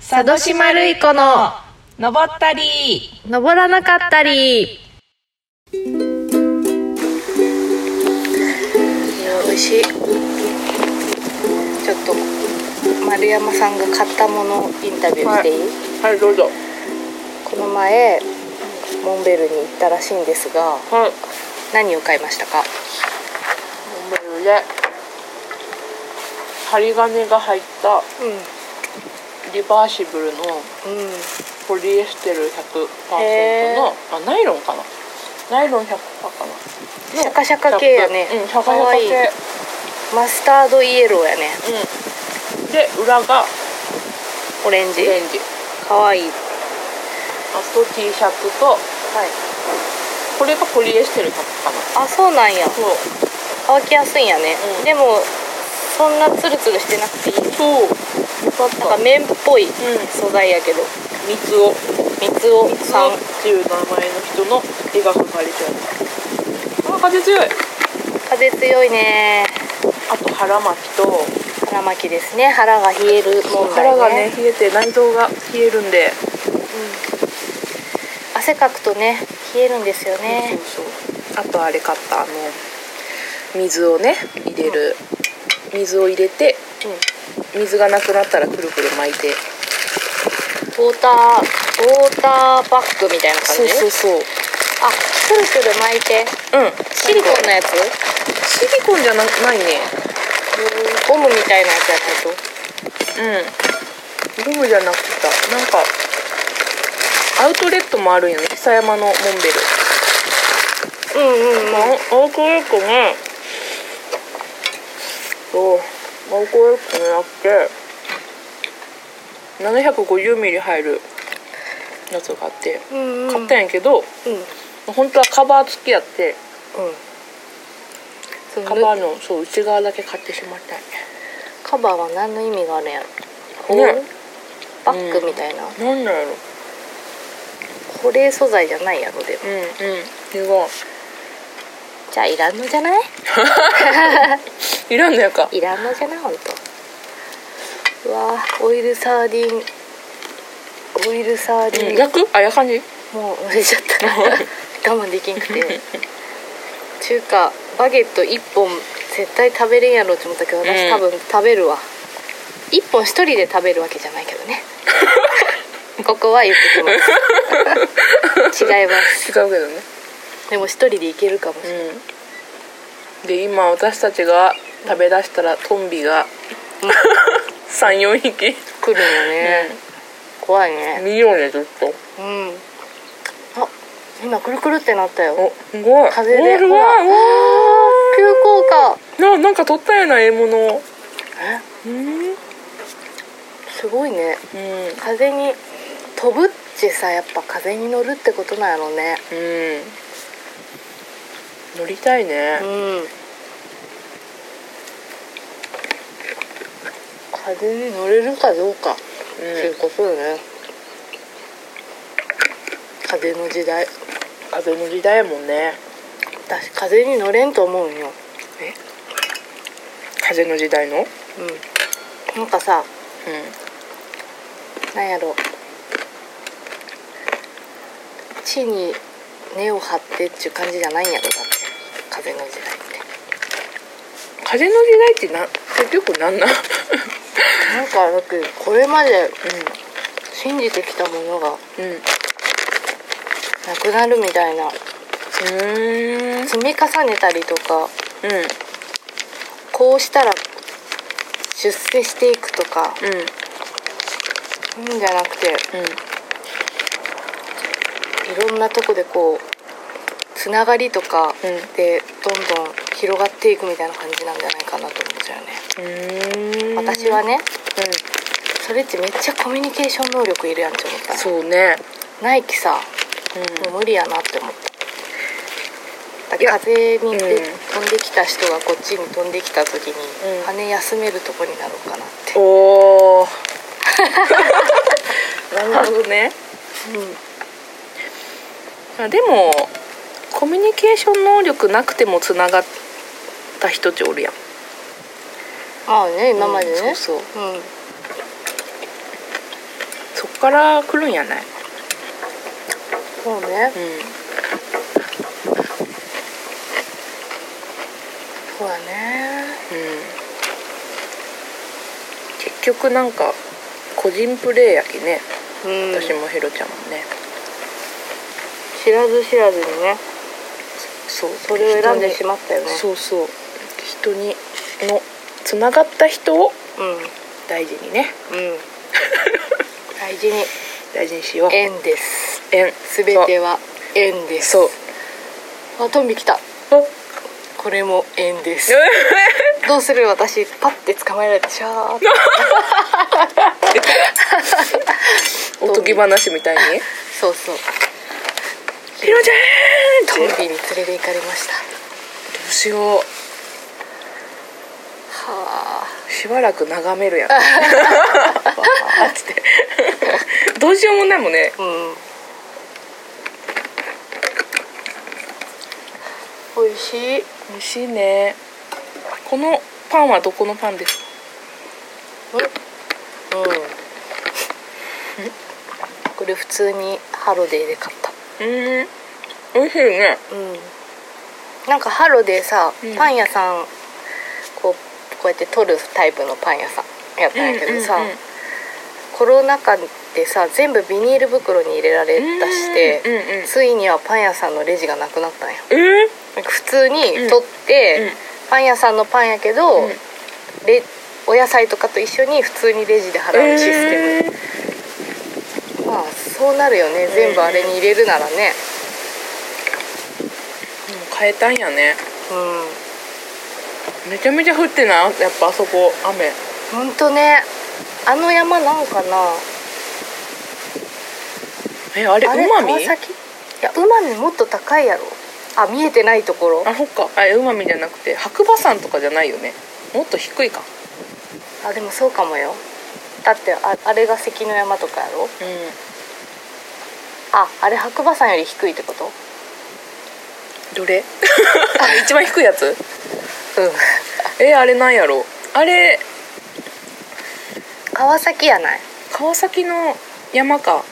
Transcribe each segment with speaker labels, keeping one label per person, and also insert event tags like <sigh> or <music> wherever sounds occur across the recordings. Speaker 1: 佐渡島るい子の
Speaker 2: 登ったり
Speaker 1: 登らなかったり
Speaker 2: いや美味しいちょっと丸山さんが買ったものをインタビューしていい、
Speaker 3: はいどうぞ
Speaker 2: この前モンベルに行ったらしいんですが
Speaker 3: はい
Speaker 2: 何を買いましたか
Speaker 3: モンベルで針金が入った
Speaker 2: う
Speaker 3: リバーシブル
Speaker 2: ん
Speaker 3: の
Speaker 2: うん
Speaker 3: ポリエステル
Speaker 2: へ
Speaker 3: 100%のあナイロンかなナイロン100%かな
Speaker 2: シャカシャカ系やね
Speaker 3: うんシャ
Speaker 2: か
Speaker 3: カシャカ
Speaker 2: わいい
Speaker 3: 系
Speaker 2: マスタードイエローやね
Speaker 3: うんで裏が
Speaker 2: オレンジ
Speaker 3: オレンジ
Speaker 2: かわいい
Speaker 3: あと T シャツと
Speaker 2: はい
Speaker 3: これがポリエステル100%かな
Speaker 2: あそうなんや
Speaker 3: そう
Speaker 2: 乾きやすいんやね、
Speaker 3: うん
Speaker 2: でもそんなツルツルしてなくていい
Speaker 3: そうよかっ
Speaker 2: なんか
Speaker 3: た
Speaker 2: 綿っぽい
Speaker 3: ん
Speaker 2: 素材やけど
Speaker 3: 三つを
Speaker 2: 三つを
Speaker 3: 三つ
Speaker 2: さん
Speaker 3: っていう名前の人の絵が描かれてあるあ風強い
Speaker 2: 風強いね
Speaker 3: あと腹巻きと
Speaker 2: 腹巻きですね腹が冷える問題ね
Speaker 3: 腹がね冷えて内臓が冷えるんで、
Speaker 2: 汗かくとね冷えるんですよね
Speaker 3: そうそうあとあれ買ったあの水をね入れる、水を入れて
Speaker 2: うん
Speaker 3: 水がなくなったらくるくる巻いて
Speaker 2: ウォーターウォーターバッグみたいな感じ
Speaker 3: うそううん
Speaker 2: あくるくる巻いてシリコンのやつ
Speaker 3: シリコンじゃなないね
Speaker 2: ゴムみたいなやつやない
Speaker 3: うんゴムじゃなくてたなんかアウトレットもあるよね久山のモンベル
Speaker 2: とうんうん
Speaker 3: あアウトレットねそうアウトレットじゃなくて750ミリ入るやつがあって
Speaker 2: うんうん
Speaker 3: 買ったんやけど、
Speaker 2: うん
Speaker 3: 本当はカバー付きやって
Speaker 2: その
Speaker 3: カバーのそう内側だけ買ってしまったんや
Speaker 2: カバーは何の意味があるんやろ
Speaker 3: ね
Speaker 2: バッグみたいな、
Speaker 3: なんだろう
Speaker 2: 保冷素材じゃないやろでも
Speaker 3: うんうん違う
Speaker 2: じゃあいらんのじゃない
Speaker 3: いらんのやか
Speaker 2: いらんのじゃないほんとうわーオイルサーディンオイルサーディン、
Speaker 3: 焼くあやかんじ
Speaker 2: もう売れちゃった <laughs> 我慢できんくて中華バゲット1本絶対食べれんやろって思ったけど
Speaker 3: う
Speaker 2: 私
Speaker 3: ん
Speaker 2: 多分食べるわ、1本1人で食べるわけじゃないけど <laughs> ねここは言ってきます <laughs> 違います
Speaker 3: 違うけどね
Speaker 2: でも1人でいけるかもしれない、
Speaker 3: うんで今私たちが食べ出したらトンビが <laughs> 34匹
Speaker 2: 来るよね、怖いね
Speaker 3: 見ようねずっと
Speaker 2: うんあ今くるくるってなったよ
Speaker 3: おすごい
Speaker 2: 風で
Speaker 3: おす
Speaker 2: ほ
Speaker 3: ごい
Speaker 2: ら
Speaker 3: わあ
Speaker 2: 急降下
Speaker 3: ななんか取ったような獲物
Speaker 2: え
Speaker 3: うん、うん、
Speaker 2: すごいね風に飛ぶってさやっぱ風に乗るってことなんやろね
Speaker 3: うん、乗りたいね、
Speaker 2: うん風に乗れるかどうかっていうことよね、風の時代
Speaker 3: 風の時代やもんね
Speaker 2: 私風に乗れんと思うんよ
Speaker 3: 風の時代のう
Speaker 2: う
Speaker 3: ん
Speaker 2: んなんかさなんやろ地に根を張ってっていう感じじゃないんやろだって風の時代って
Speaker 3: 風の時代ってな結局なんな
Speaker 2: なん
Speaker 3: ん
Speaker 2: かだってこれまで信じてきたものが
Speaker 3: うんうん
Speaker 2: なくなるみたいな
Speaker 3: うん
Speaker 2: 積み重ねたりとか
Speaker 3: うん
Speaker 2: こうしたら出世していくとか
Speaker 3: うん
Speaker 2: うんじゃなくて
Speaker 3: うん
Speaker 2: いろんなとこでこうつながりとか
Speaker 3: うん
Speaker 2: でどんどん広がっていくみたいな感じなんじゃないかなと思うんですよね。
Speaker 3: うーん
Speaker 2: 私はね
Speaker 3: う
Speaker 2: それってめっちゃコミュニケーション能力いるやんって思った
Speaker 3: ん、そうね、
Speaker 2: ないきさ
Speaker 3: う
Speaker 2: もう無理やなって思っただから風にで
Speaker 3: うん
Speaker 2: 飛んできた人がこっちに飛んできた時に、
Speaker 3: うん
Speaker 2: 羽休めるとこになろうかなって <laughs>
Speaker 3: ん、おおなるほどねあでもコミュニケーション能力なくてもつながった人っておるやん
Speaker 2: まあね今までね、
Speaker 3: うんそうそう
Speaker 2: うん
Speaker 3: っから来るんやない
Speaker 2: そうね
Speaker 3: う
Speaker 2: そうだね
Speaker 3: んうん結局なんか個人プレーやきね
Speaker 2: うん
Speaker 3: 私もひろちゃんもね、
Speaker 2: 知らず知らずにね
Speaker 3: そう
Speaker 2: それを選んでしまったよね
Speaker 3: そうそう人にのつながった人を
Speaker 2: うん
Speaker 3: <laughs> 大事にね
Speaker 2: うん大事に
Speaker 3: 大事にしよう
Speaker 2: 縁です
Speaker 3: 縁
Speaker 2: すべては縁です
Speaker 3: そう
Speaker 2: あトンビ来た
Speaker 3: そう
Speaker 2: これも縁ですどうする私パッて捕まえられてシャー
Speaker 3: <laughs>
Speaker 2: って
Speaker 3: おとぎ話みたいに
Speaker 2: そうそう
Speaker 3: 「ひろちゃ
Speaker 2: トン
Speaker 3: ん!」って
Speaker 2: ビに連れて行かれました
Speaker 3: どうしよ
Speaker 2: はあ
Speaker 3: うしばらく眺めるや <laughs> んわーっつってどうしようもないもんね
Speaker 2: うん美味しい
Speaker 3: 美味しいねこのパンはどこのパンですか
Speaker 2: これ普通にハロデーで買った
Speaker 3: うん美味しいね
Speaker 2: うんなんかハロでさ、
Speaker 3: うん
Speaker 2: パン屋さんこうこうやって取るタイプのパン屋さんやったんやけどさ、
Speaker 3: うんうんうん
Speaker 2: コロナ禍でさ全部ビニール袋に入れられたして、
Speaker 3: うんうんうん
Speaker 2: ついにはパン屋さんのレジがなくなったんや
Speaker 3: えー
Speaker 2: 普通に取って、
Speaker 3: うんうん
Speaker 2: パン屋さんのパンやけど、
Speaker 3: ん
Speaker 2: レお野菜とかと一緒に普通にレジで払うシステム、
Speaker 3: えー
Speaker 2: まあそうなるよね全部あれに入れるならね
Speaker 3: でも変えたんやね
Speaker 2: うん
Speaker 3: めちゃめちゃ降ってないやっぱあそこ雨
Speaker 2: ほんとねあの山なんかな
Speaker 3: えあれ
Speaker 2: あれ
Speaker 3: うまみ
Speaker 2: 川崎いやうまみもっと高いやろあ見えてないところ
Speaker 3: あそっかあれうまみじゃなくて白馬山とかじゃないよねもっと低いか
Speaker 2: あでもそうかもよだってああれが関の山とかやろ
Speaker 3: うん
Speaker 2: ああれ白馬山より低いってこと
Speaker 3: どれ <laughs> あ一番低いやつ
Speaker 2: うん
Speaker 3: えあれなんやろあれ
Speaker 2: 川崎やない
Speaker 3: 川崎の山か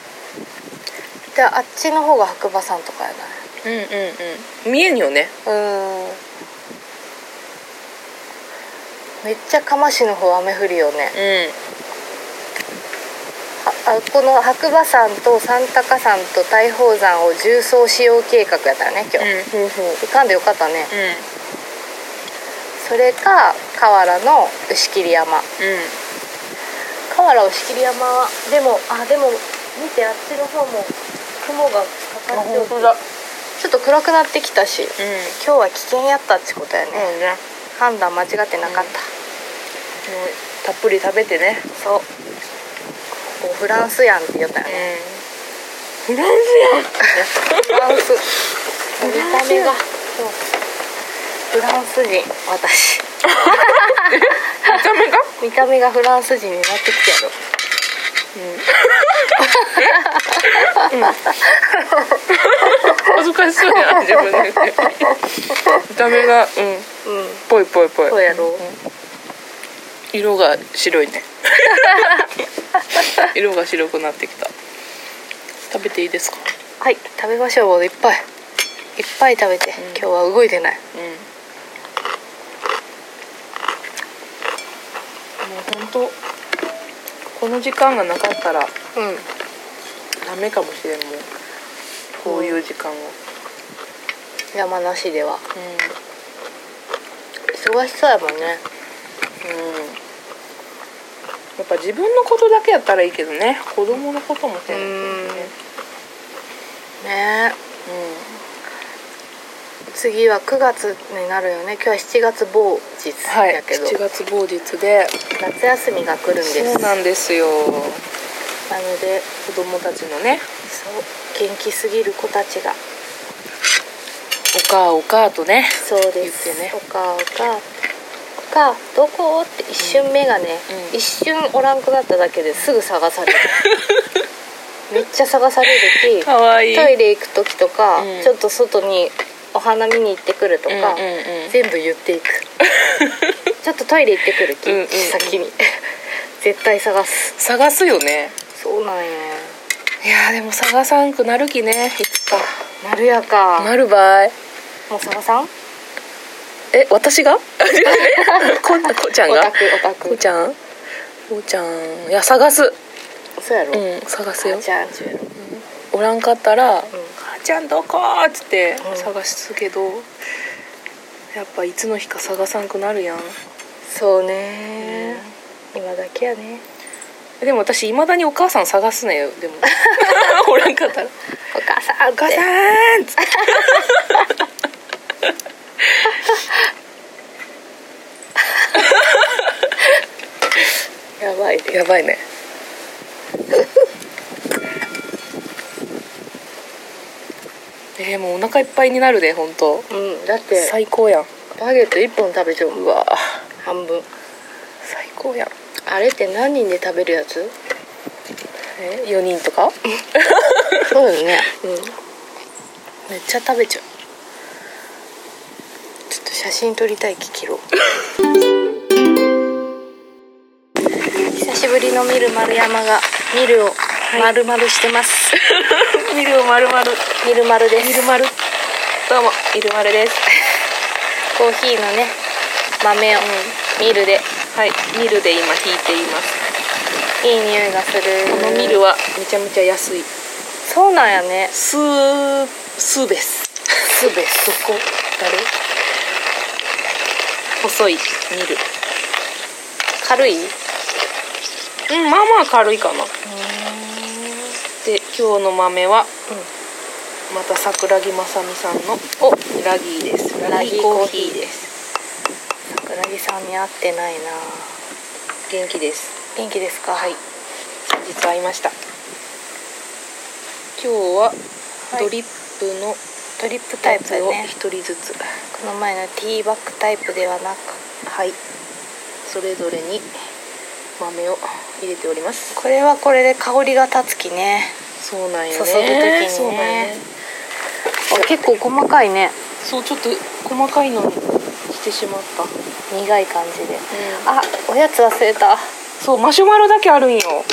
Speaker 2: であっちの方が白馬山とかやない
Speaker 3: うんうんうん見えんよね
Speaker 2: うーんめっちゃ釜市の方雨降るよね
Speaker 3: う
Speaker 2: ああこの白馬山と三鷹山と大宝山を重曹使用計画やったよね今日、
Speaker 3: うんほうほ
Speaker 2: 行
Speaker 3: う
Speaker 2: かんでよかったね
Speaker 3: うん
Speaker 2: それか河原の牛切山
Speaker 3: うん
Speaker 2: 河原牛切山はでもあでも見てあっちの方も雲がかかっておるちょっと暗くなってきたし
Speaker 3: うんうん
Speaker 2: 今日は危険やったってことやね、
Speaker 3: ね
Speaker 2: 判断間違ってなかった、
Speaker 3: もうたっぷり食べてね
Speaker 2: そうここフランスやんって言ったよね、
Speaker 3: フランス
Speaker 2: フランス見た目がそうフランス人私
Speaker 3: やん見た目が
Speaker 2: <laughs> 見た目がフランス人になってきてやろ
Speaker 3: 恥ずかしそうや <laughs> な自分で言って見た目がうん
Speaker 2: うん
Speaker 3: ぽいぽいぽい
Speaker 2: そうやろ
Speaker 3: 色が白い <laughs> ね色が白くなってきた食べていいですか
Speaker 2: はい食べましょうもういっぱいいっぱい食べて、今日は動いてない
Speaker 3: うんもう本当この時間がなかったら
Speaker 2: うん
Speaker 3: ダメかもしれんもんこういう時間を、う
Speaker 2: 山梨では
Speaker 3: ん
Speaker 2: 忙しそうやもんね
Speaker 3: うんやっぱ自分のことだけやったらいいけどね子供のこともせなきゃいけないね
Speaker 2: ねえ次は9月になるよね今日は7月某日
Speaker 3: はい
Speaker 2: だけど、
Speaker 3: 7月某日で
Speaker 2: 夏休みが来るんです
Speaker 3: そう
Speaker 2: な
Speaker 3: なんですよ
Speaker 2: ので
Speaker 3: 子供たちのね
Speaker 2: そう元気すぎる子たちが
Speaker 3: おかあおかあとね
Speaker 2: そうです
Speaker 3: 言ってね
Speaker 2: おかおかおかどこって一瞬目がね、
Speaker 3: うん
Speaker 2: 一瞬おらんくなっただけですぐ探され
Speaker 3: <laughs>
Speaker 2: るめっちゃ探されるし
Speaker 3: かわいい
Speaker 2: トイレ行く時とか、
Speaker 3: うん
Speaker 2: ちょっと外にお花見に行ってくると
Speaker 3: うん
Speaker 2: か、
Speaker 3: うんうん
Speaker 2: 全部言っていく
Speaker 3: <laughs>
Speaker 2: ちょっとトイレ行ってくるき、
Speaker 3: うんうんうん
Speaker 2: 先に <laughs> 絶対探す
Speaker 3: 探すよね
Speaker 2: そうなんや
Speaker 3: いやーでも佐賀さんくなるきねいつか
Speaker 2: まるやか
Speaker 3: なるばい
Speaker 2: もう佐賀さん
Speaker 3: え私が <laughs> えここちゃん
Speaker 2: オ
Speaker 3: が
Speaker 2: タクオタ
Speaker 3: こ
Speaker 2: ク
Speaker 3: ちゃんこちゃんいや探す
Speaker 2: そうやろ、
Speaker 3: うん探すよ
Speaker 2: あじゃあそうやろ
Speaker 3: おらんかったら「母ちゃんどこ?」っつって
Speaker 2: うん
Speaker 3: 探すけど、やっぱいつの日か探さんくなるやん
Speaker 2: そうね、今だけやね
Speaker 3: でも私いまだにお母さん探すねよ
Speaker 2: <laughs>
Speaker 3: でもおらんかったら「
Speaker 2: お母さんお
Speaker 3: お母さん!」っつって
Speaker 2: やばい
Speaker 3: やばい <laughs> ね。えー、もうお腹いっぱいになるで本当。
Speaker 2: うんだって
Speaker 3: 最高やん。
Speaker 2: バゲット一本食べちゃう
Speaker 3: うわー、
Speaker 2: 半分
Speaker 3: 最高やん。
Speaker 2: あれって何人で食べるやつ
Speaker 3: えー、四人とか？
Speaker 2: <laughs> そうよね
Speaker 3: めっちゃ食べちゃう。
Speaker 2: ちょっと写真撮りたい気切ろう <laughs> 久しぶりの見る丸山が見るを丸々して <laughs> ます、
Speaker 3: ミルまるまる。
Speaker 2: 見る丸です
Speaker 3: まる。どうもミルまるです。
Speaker 2: コーヒーのね豆を見るで
Speaker 3: はい、ミルで今引いています。
Speaker 2: いい匂いがする
Speaker 3: このミルはめちゃめちゃ安い。
Speaker 2: そうなんやね
Speaker 3: スースーベス。
Speaker 2: すべ
Speaker 3: そこ誰？細いミル。
Speaker 2: 軽い
Speaker 3: うん、まあまあ軽いかな。で、今日の豆は、また桜木まさみさんの
Speaker 2: お
Speaker 3: ラギーです。
Speaker 2: ラ
Speaker 3: ラ
Speaker 2: ギ
Speaker 3: ギ
Speaker 2: ー
Speaker 3: ー
Speaker 2: コ
Speaker 3: コ
Speaker 2: ー
Speaker 3: ー
Speaker 2: ヒ
Speaker 3: ヒ
Speaker 2: ー
Speaker 3: ーです。
Speaker 2: 桜木さんに会ってないな
Speaker 3: 元気です。
Speaker 2: 元気ですか
Speaker 3: はい。先日会いました。今日は
Speaker 2: はい
Speaker 3: ドリップの
Speaker 2: ドリップタ
Speaker 3: や
Speaker 2: イプ
Speaker 3: つ
Speaker 2: だ
Speaker 3: を
Speaker 2: ね
Speaker 3: 一人ずつ、
Speaker 2: この前のティーバッグタイプではなく
Speaker 3: はい、それぞれに豆を入れております。
Speaker 2: これはこれで香りが立つきね
Speaker 3: そうなんよ
Speaker 2: 注ぐ
Speaker 3: ね。
Speaker 2: 時にね
Speaker 3: そうなんよね。
Speaker 2: あ結構細かいね
Speaker 3: そうちょっと細かいのにしてしまった。
Speaker 2: 苦い感じで
Speaker 3: あ
Speaker 2: あおやつ忘れたわ
Speaker 3: そうマシュマロだけあるんよ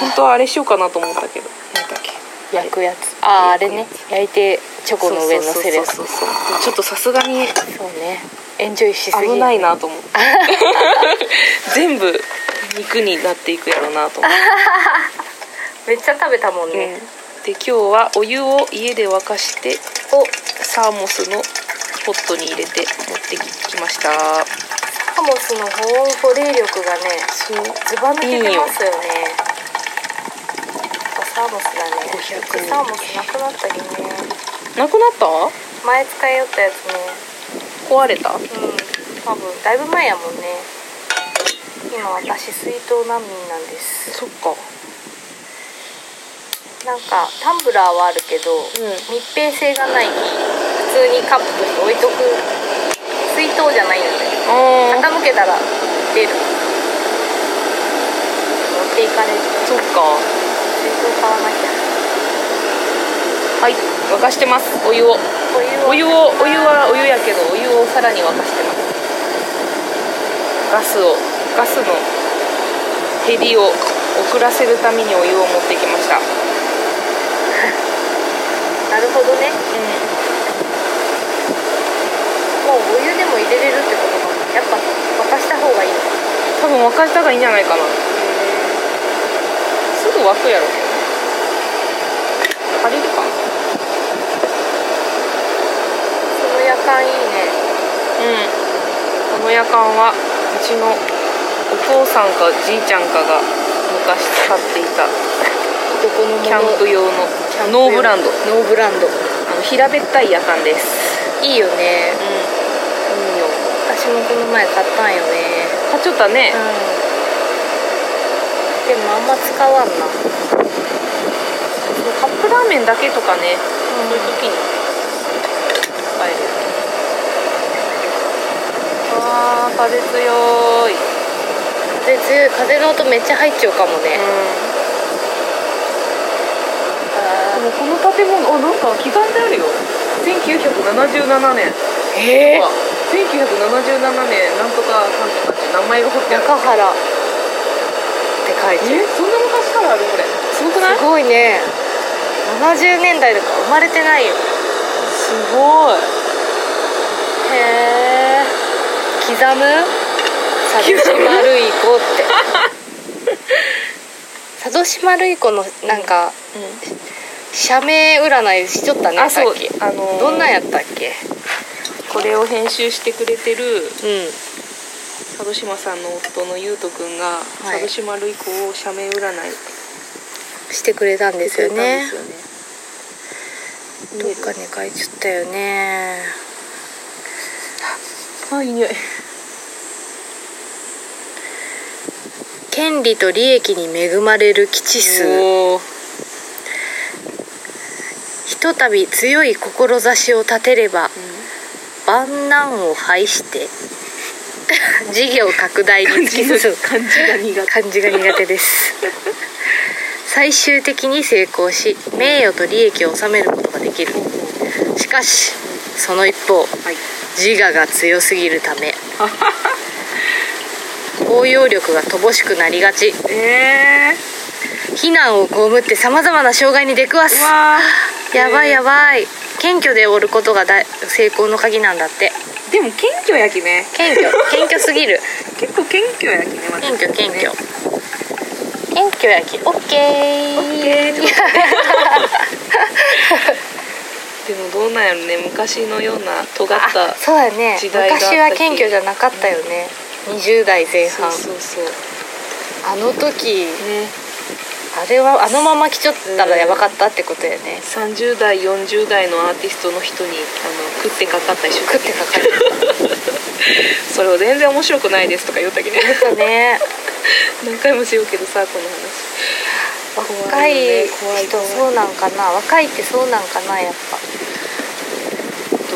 Speaker 3: 本当はあれしようかなと思ったけど何だっけ
Speaker 2: 焼くやつあああれね焼いてチョコの上のせるやつ
Speaker 3: そうそうそうそうちょっとさすがに
Speaker 2: そうねエンジョイしすぎ
Speaker 3: 危ないなと思って全部肉になっていくやろうなと思っ
Speaker 2: めっちゃ食べたもん
Speaker 3: て、で今日はお湯を家で沸かして
Speaker 2: お
Speaker 3: サーモスのポットに入れて持ってきました
Speaker 2: ハモスの保温保冷力がね
Speaker 3: そう
Speaker 2: ずば抜け
Speaker 3: いい
Speaker 2: て
Speaker 3: よ
Speaker 2: ますよねやっぱサーモスだね
Speaker 3: 500
Speaker 2: サーモスなくなったりね
Speaker 3: なくなっ
Speaker 2: 前使いよったやつね
Speaker 3: た壊れた
Speaker 2: うん多分だいぶ前やもんね今私水筒難民なんです
Speaker 3: そっか
Speaker 2: なんかタンブラーはあるけど、
Speaker 3: ん
Speaker 2: 密閉性がないき普通にカップに置いとく水筒じゃないよね
Speaker 3: あ
Speaker 2: 傾けたら出る持っていかれる
Speaker 3: ーそっか
Speaker 2: 水筒買わなきゃ
Speaker 3: はい沸かしてますお湯をお湯をお湯はお湯やけどお湯をさらに沸かしてますガスをガスの減りを遅らせるためにお湯を持ってきました、
Speaker 2: なるほどね
Speaker 3: う
Speaker 2: もうお湯でも入れれるってことかやっぱ沸かした方がいいのか
Speaker 3: ん、多分沸かした方がいいんじゃないかなすぐ沸くやろ借りるかな
Speaker 2: その夜間いいね
Speaker 3: うんこの夜間はうちのお父さんかじいちゃんかが昔使っていた
Speaker 2: 男のもの
Speaker 3: キャンプ用の
Speaker 2: キャンプ用
Speaker 3: ノーブランド
Speaker 2: ノーブランド
Speaker 3: あの平べったい夜間です
Speaker 2: いいよね
Speaker 3: うんいいよ
Speaker 2: 私もこの前買ったんよね
Speaker 3: 買っちゃったね、
Speaker 2: うんでもあんま使わんな、う、
Speaker 3: カップラーメンだけとかね、そういうん時に使えるあー風強い、
Speaker 2: で強い風の音めっちゃ入っちゃうかもね、
Speaker 3: でもこの建物あなんか刻んであるよ1977年
Speaker 2: え
Speaker 3: あ1977年なんとかなんとかって名前が彫ってある
Speaker 2: 中原って書いてる
Speaker 3: えそんな昔からあるこれすごくない
Speaker 2: すごいごいね70年代とか生まれてないよ
Speaker 3: すごい
Speaker 2: へえ刻む佐渡島るい子って <laughs> 佐渡島るい子のなんか、社名占いしちょったね
Speaker 3: あ
Speaker 2: さっ
Speaker 3: そう
Speaker 2: き
Speaker 3: あのー
Speaker 2: どんなんやったっけ
Speaker 3: これを編集してくれてる
Speaker 2: うん
Speaker 3: 佐渡島さんの夫のゆうとくん
Speaker 2: い
Speaker 3: が、佐渡島るい子を社名占いしてくれたん
Speaker 2: してくれたんで
Speaker 3: です
Speaker 2: よね
Speaker 3: すよね
Speaker 2: どっかに書いちゃったよね
Speaker 3: あいい匂い
Speaker 2: 権利と利益に恵まれる吉数
Speaker 3: おお
Speaker 2: ひとたび強い志を立てれば万難を排して <laughs> 事業拡大に突き進む
Speaker 3: 漢字が苦手
Speaker 2: 漢字が苦手です最終的に成功し名誉と利益を収めることができるしかしその一方
Speaker 3: はい
Speaker 2: 自我が強すぎるため包容力が乏しくなりがち
Speaker 3: え
Speaker 2: 非難を被ってさまざまな障害に出くわす
Speaker 3: ー、うわ
Speaker 2: やばいや
Speaker 3: ば
Speaker 2: ばい謙虚でおることがだ成功の鍵なんだって
Speaker 3: でも謙虚やきね
Speaker 2: 謙
Speaker 3: <laughs>
Speaker 2: 虚謙虚すぎる
Speaker 3: 結構謙虚やきねま
Speaker 2: 謙虚謙虚謙虚やきオッケー
Speaker 3: オッケーちょっと待ってでもどうなんやろね昔のような尖っ
Speaker 2: あ
Speaker 3: た
Speaker 2: そうだね
Speaker 3: 時代があった
Speaker 2: 昔
Speaker 3: 気
Speaker 2: は謙虚じゃなかったよね、20代前
Speaker 3: そ
Speaker 2: 半
Speaker 3: うそうそう
Speaker 2: あの時
Speaker 3: ね
Speaker 2: あれはあのまま来ちゃったらやばかったってことやね
Speaker 3: 30代40代のアーティストの人にあの食ってかかったりし
Speaker 2: 食ってかかる
Speaker 3: <laughs> それを全然面白くないですとか言ったけど
Speaker 2: そうね
Speaker 3: 何回もしようけどさこの話
Speaker 2: 若い
Speaker 3: 怖い
Speaker 2: 人
Speaker 3: よね怖い
Speaker 2: そうなんかな若いってそうなんかなやっ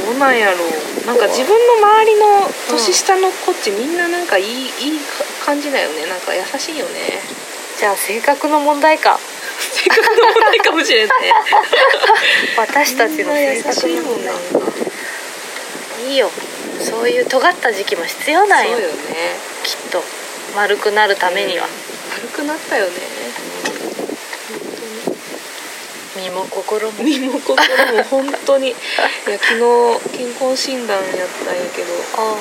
Speaker 3: どうなんやろうなんか自分の周りの年下の子ってみんななんかいい,、いい感じだよねなんか優しいよね
Speaker 2: ぱじゃあ性格の問題か
Speaker 3: 性格の問題かもしれんね
Speaker 2: 私たちの性
Speaker 3: 優し
Speaker 2: 格
Speaker 3: い
Speaker 2: の
Speaker 3: もん
Speaker 2: 問
Speaker 3: な
Speaker 2: 題いいよそういう尖った時期も必要なん
Speaker 3: そ
Speaker 2: よ
Speaker 3: うよね
Speaker 2: きっと丸くなるためには、
Speaker 3: 軽くなったよね
Speaker 2: 身も心も
Speaker 3: 身も心も本当に <laughs> いや昨日健康診断やったんやけど
Speaker 2: あ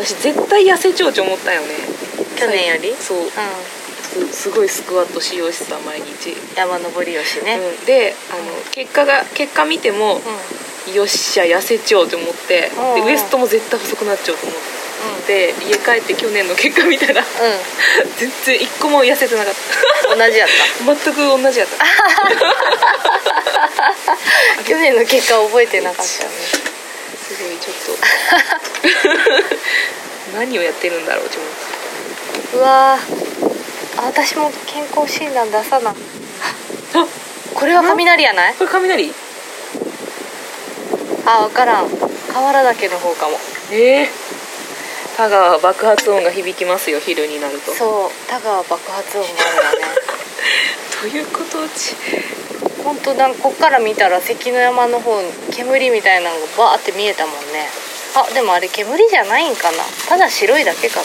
Speaker 3: 私絶対痩せちゃうって思ったよね
Speaker 2: 去年より
Speaker 3: そう
Speaker 2: あ
Speaker 3: すすごいスクワットしようしてた毎日、
Speaker 2: うん山登りをしね、
Speaker 3: うん、であの結果が結果見ても、
Speaker 2: うん
Speaker 3: よっしゃ痩せちゃおうと思って
Speaker 2: うん
Speaker 3: で
Speaker 2: うん
Speaker 3: ウエストも絶対細くなっちゃうと思って家帰って去年の結果見たら
Speaker 2: う
Speaker 3: 全然一個も痩せてなかっ
Speaker 2: ん、同じやった
Speaker 3: 全く同じやった
Speaker 2: た。 <laughs> 去年の結果覚えてなかったよね。
Speaker 3: すごいちょっと何をやってるんだろうって思っ
Speaker 2: うわーあ、私も健康診断出
Speaker 3: <laughs>
Speaker 2: さな。
Speaker 3: たあ
Speaker 2: これは雷やない？
Speaker 3: これ雷
Speaker 2: あ、わからん。河原岳の方かも。
Speaker 3: ええたが爆発音が響きますよ昼になると
Speaker 2: そう、田川爆発音があるよね。
Speaker 3: ということうち
Speaker 2: 本当なんかこっから見たら関の山の方に煙みたいなのがバーって見えたもんねあでもあれ煙じゃないんかなただ白いだけかな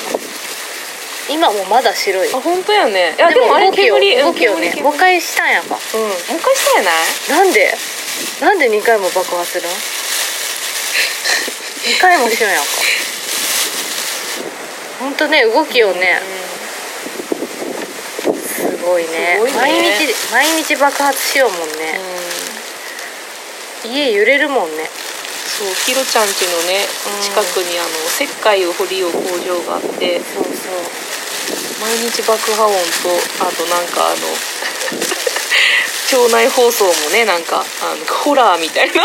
Speaker 2: 今もまだ白い
Speaker 3: あ本当やねいやでもあれ
Speaker 2: 動きを
Speaker 3: 煙うん
Speaker 2: 動きをね
Speaker 3: 煙煙
Speaker 2: 誤解したんやか
Speaker 3: うんもう一回したやない
Speaker 2: なんでなんで2回も爆破するん
Speaker 3: <laughs>
Speaker 2: 2回もしてんやんかほんとね動きをねすごいね
Speaker 3: すごいね
Speaker 2: 毎日毎日爆発しようもん
Speaker 3: うん、
Speaker 2: ね、家揺れるもんね
Speaker 3: そうひろちゃん家のね
Speaker 2: うん
Speaker 3: 近くにあの石灰を掘りよう工場があって
Speaker 2: そうそう
Speaker 3: 毎日爆破音とあとなんかあの <laughs> 町内放送もねなんかあのホラーみたい
Speaker 2: <laughs>
Speaker 3: な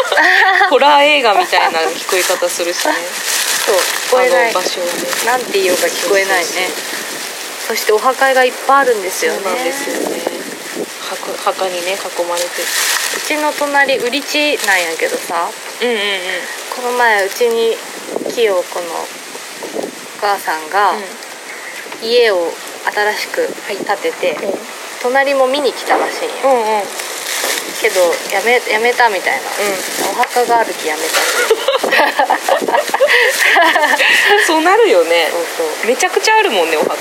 Speaker 3: ホラー映画みたいな聞こえ方するしね
Speaker 2: そう聞こえな
Speaker 3: あ
Speaker 2: い
Speaker 3: の場所をね
Speaker 2: なんて言おうか聞こえないねそしてお墓がいっぱいあるんですよね
Speaker 3: そうなんですよね墓墓にね囲まれて
Speaker 2: うちの隣売り地なんやけどさ
Speaker 3: うんうんうん
Speaker 2: この前うちに木をこのお母さんが家を新しく建てて、隣も見に来たらしいんや
Speaker 3: うんうん
Speaker 2: けどやめやめたみたいな、お墓があるきやめたって <laughs>
Speaker 3: そうなるよね
Speaker 2: そうそう
Speaker 3: めちゃくちゃあるもんねお墓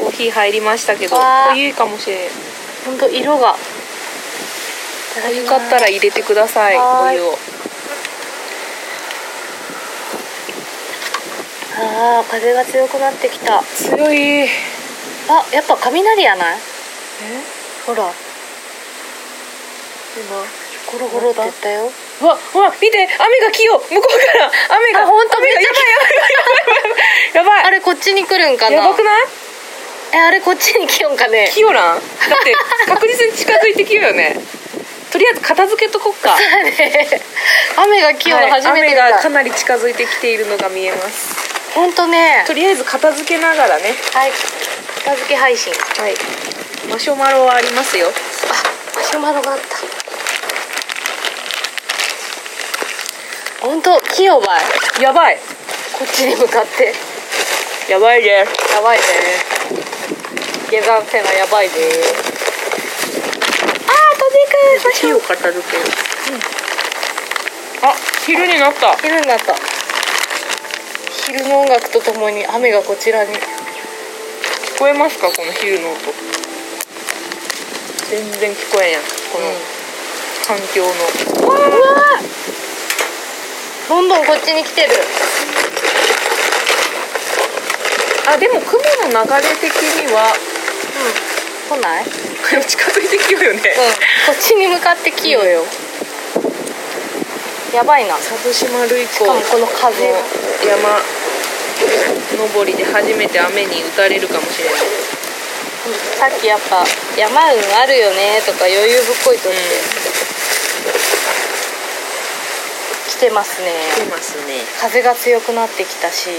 Speaker 2: うん、お
Speaker 3: ヒー入りましたけど
Speaker 2: わあ
Speaker 3: 濃いかもしれん
Speaker 2: ほんと色が
Speaker 3: よかったら入れてください
Speaker 2: は
Speaker 3: お
Speaker 2: ーい
Speaker 3: 湯を
Speaker 2: あー風が強くなってきたあ
Speaker 3: 強いえ
Speaker 2: やっぱ雷やないほらゴロゴロって言ったよ
Speaker 3: 今わわ見て雨が来よう向こうから雨が
Speaker 2: あほんと
Speaker 3: 雨が
Speaker 2: めっち
Speaker 3: やばいやばいや
Speaker 2: あれ
Speaker 3: ばいやばいやばい
Speaker 2: こっちに来るんかな
Speaker 3: やばくない
Speaker 2: えあれこっちに来よんか
Speaker 3: <laughs>
Speaker 2: ね
Speaker 3: キヨランだって確実に近づいてきようよねとりあえず片付けとこっか
Speaker 2: <laughs> 雨が来ようの初めて
Speaker 3: はい
Speaker 2: だ、
Speaker 3: 雨がかなり近づいてきているのが見えます
Speaker 2: ほんとね
Speaker 3: とりあえず片付けながらね
Speaker 2: はい片付け配信
Speaker 3: はいマシュマロはありますよ
Speaker 2: あマシュマロがあったほんと木をばい
Speaker 3: やばい
Speaker 2: こっちに向かって
Speaker 3: やばいね
Speaker 2: やばいね下山せなやばいね
Speaker 3: あー飛んでいく火を片付ける、あ昼になった
Speaker 2: 昼になった昼の音楽とともに雨がこちらに
Speaker 3: 聞こえますかこの昼の音全然聞こえんやんこの環境の、
Speaker 2: どんどんこっちに来てる
Speaker 3: あでも雲の流れ的には
Speaker 2: 来ないうんこ
Speaker 3: <laughs> 近づいてきようよね、
Speaker 2: っちに向かって来ようよ、やばいなし
Speaker 3: サブ島類
Speaker 2: か
Speaker 3: 湖
Speaker 2: も
Speaker 3: の
Speaker 2: この風が
Speaker 3: 山登りで初めて雨に打たれるかもしれない
Speaker 2: さっきやっぱ「山運あるよね」とか余裕ぶっこいとって、来てますね
Speaker 3: 来ますね
Speaker 2: 風が強くなってきたし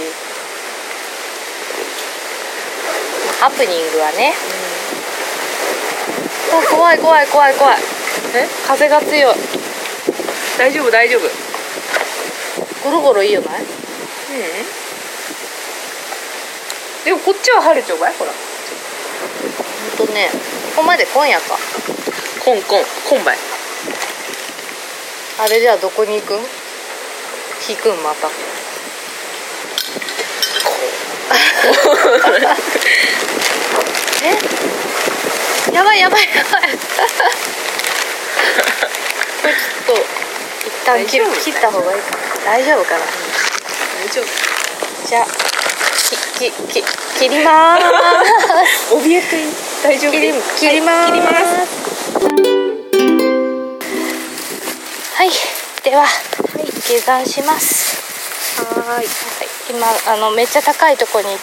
Speaker 2: ハプニングはね、あ怖い怖い怖い怖い
Speaker 3: え
Speaker 2: 風が強い
Speaker 3: 大丈夫大丈夫
Speaker 2: ゴ
Speaker 3: う
Speaker 2: ロゴロいいよない
Speaker 3: んでもこっちは晴れちょうばいほら
Speaker 2: ほんとねここまで今夜か
Speaker 3: コンコンコンばい
Speaker 2: あれじゃあどこに行くん引くんま <laughs> たえやばいやばいやばいこれちょっと一旦切る
Speaker 3: 大丈夫
Speaker 2: 切った方がいいかな大丈夫かな
Speaker 3: 大丈夫
Speaker 2: じゃあききき切りまーす
Speaker 3: 怯えていい大丈夫
Speaker 2: 切り
Speaker 3: です
Speaker 2: 切りまーす,、
Speaker 3: はい切ります
Speaker 2: はいでは、下山します
Speaker 3: はーい
Speaker 2: 今あのめっちゃ高いとこに、ね、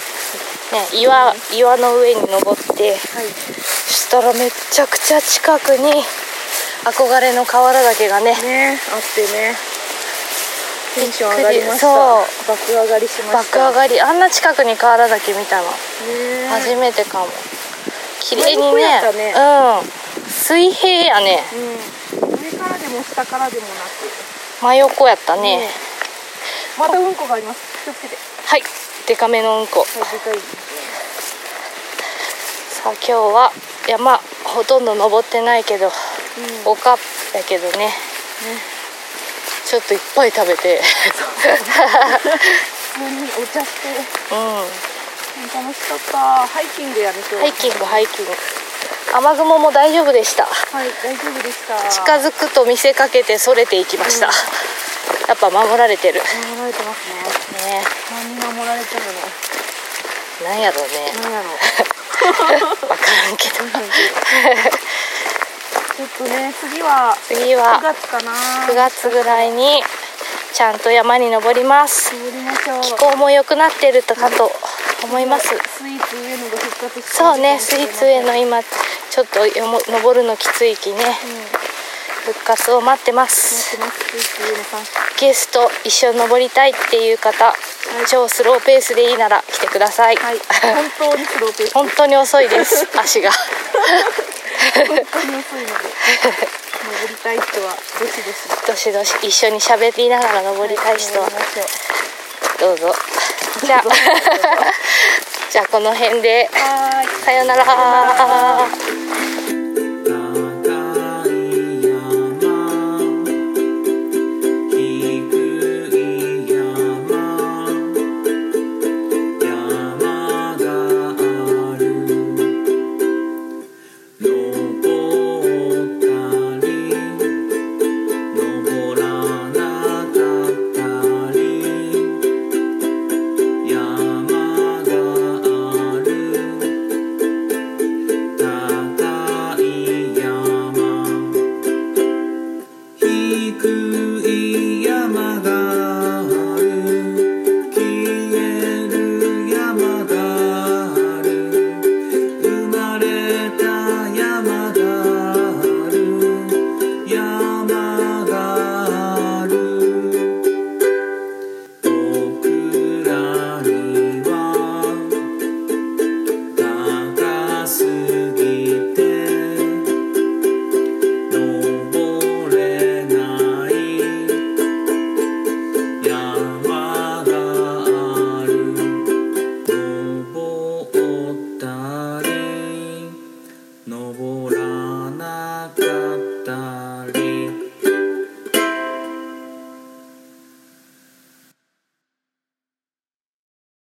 Speaker 2: 岩岩の上に登って
Speaker 3: はい
Speaker 2: そしたらめっちゃくちゃ近くに憧れの河原岳がね
Speaker 3: ねあってねテンション上がりまし
Speaker 2: そ
Speaker 3: た
Speaker 2: う
Speaker 3: 爆上がりしまし
Speaker 2: 爆
Speaker 3: た
Speaker 2: 上がりあんな近くに河原岳見たの
Speaker 3: ね
Speaker 2: 初めてかも綺麗に
Speaker 3: 真横やった
Speaker 2: ね
Speaker 3: ね
Speaker 2: うん水平やね
Speaker 3: うん上からでも下からでもなく
Speaker 2: 真横やったね、
Speaker 3: ねまたうんこがあります気をつけて
Speaker 2: はいデカめのうんこ
Speaker 3: はいでかい
Speaker 2: さあ今日は山ほとんど登ってないけど、丘だけどねちょっといっぱい食べて <laughs>
Speaker 3: 普通にお茶して
Speaker 2: うん
Speaker 3: 楽しかったハイキングやると
Speaker 2: ハイキングハイキング雨雲も大丈夫でした
Speaker 3: はい大丈夫でした
Speaker 2: 近づくと見せかけてそれていきました、やっぱ守られてるね
Speaker 3: 守られてますね何守られてるの
Speaker 2: えなんやろうね
Speaker 3: 何やろう
Speaker 2: 分からんけど
Speaker 3: ちょっとね次は
Speaker 2: <laughs> 次
Speaker 3: 9
Speaker 2: は
Speaker 3: 月かな
Speaker 2: 9月ぐらいにちゃんと山に登ります
Speaker 3: 登りましょう
Speaker 2: 気候も良くなってるかと思います
Speaker 3: スイーツ上野が復活して
Speaker 2: そうねスイーツへの今ちょっとよも登るのきついきね復活を待ってます
Speaker 3: スイーツ上野さん
Speaker 2: ゲスト一緒に登りたいっていう方超スローペースでいいなら来てください、
Speaker 3: はい本当にスローペース
Speaker 2: 本当に遅い <laughs> です足が
Speaker 3: 本当に遅いの
Speaker 2: <laughs>
Speaker 3: で登りたい人はどしどし
Speaker 2: どしどし一緒に喋りながら登りたい人は
Speaker 3: 登りましょう
Speaker 2: どうぞじゃあ <laughs> じゃあこの辺で
Speaker 3: はーい
Speaker 2: さよなら
Speaker 4: 「高い山」「低い山」「山がある」登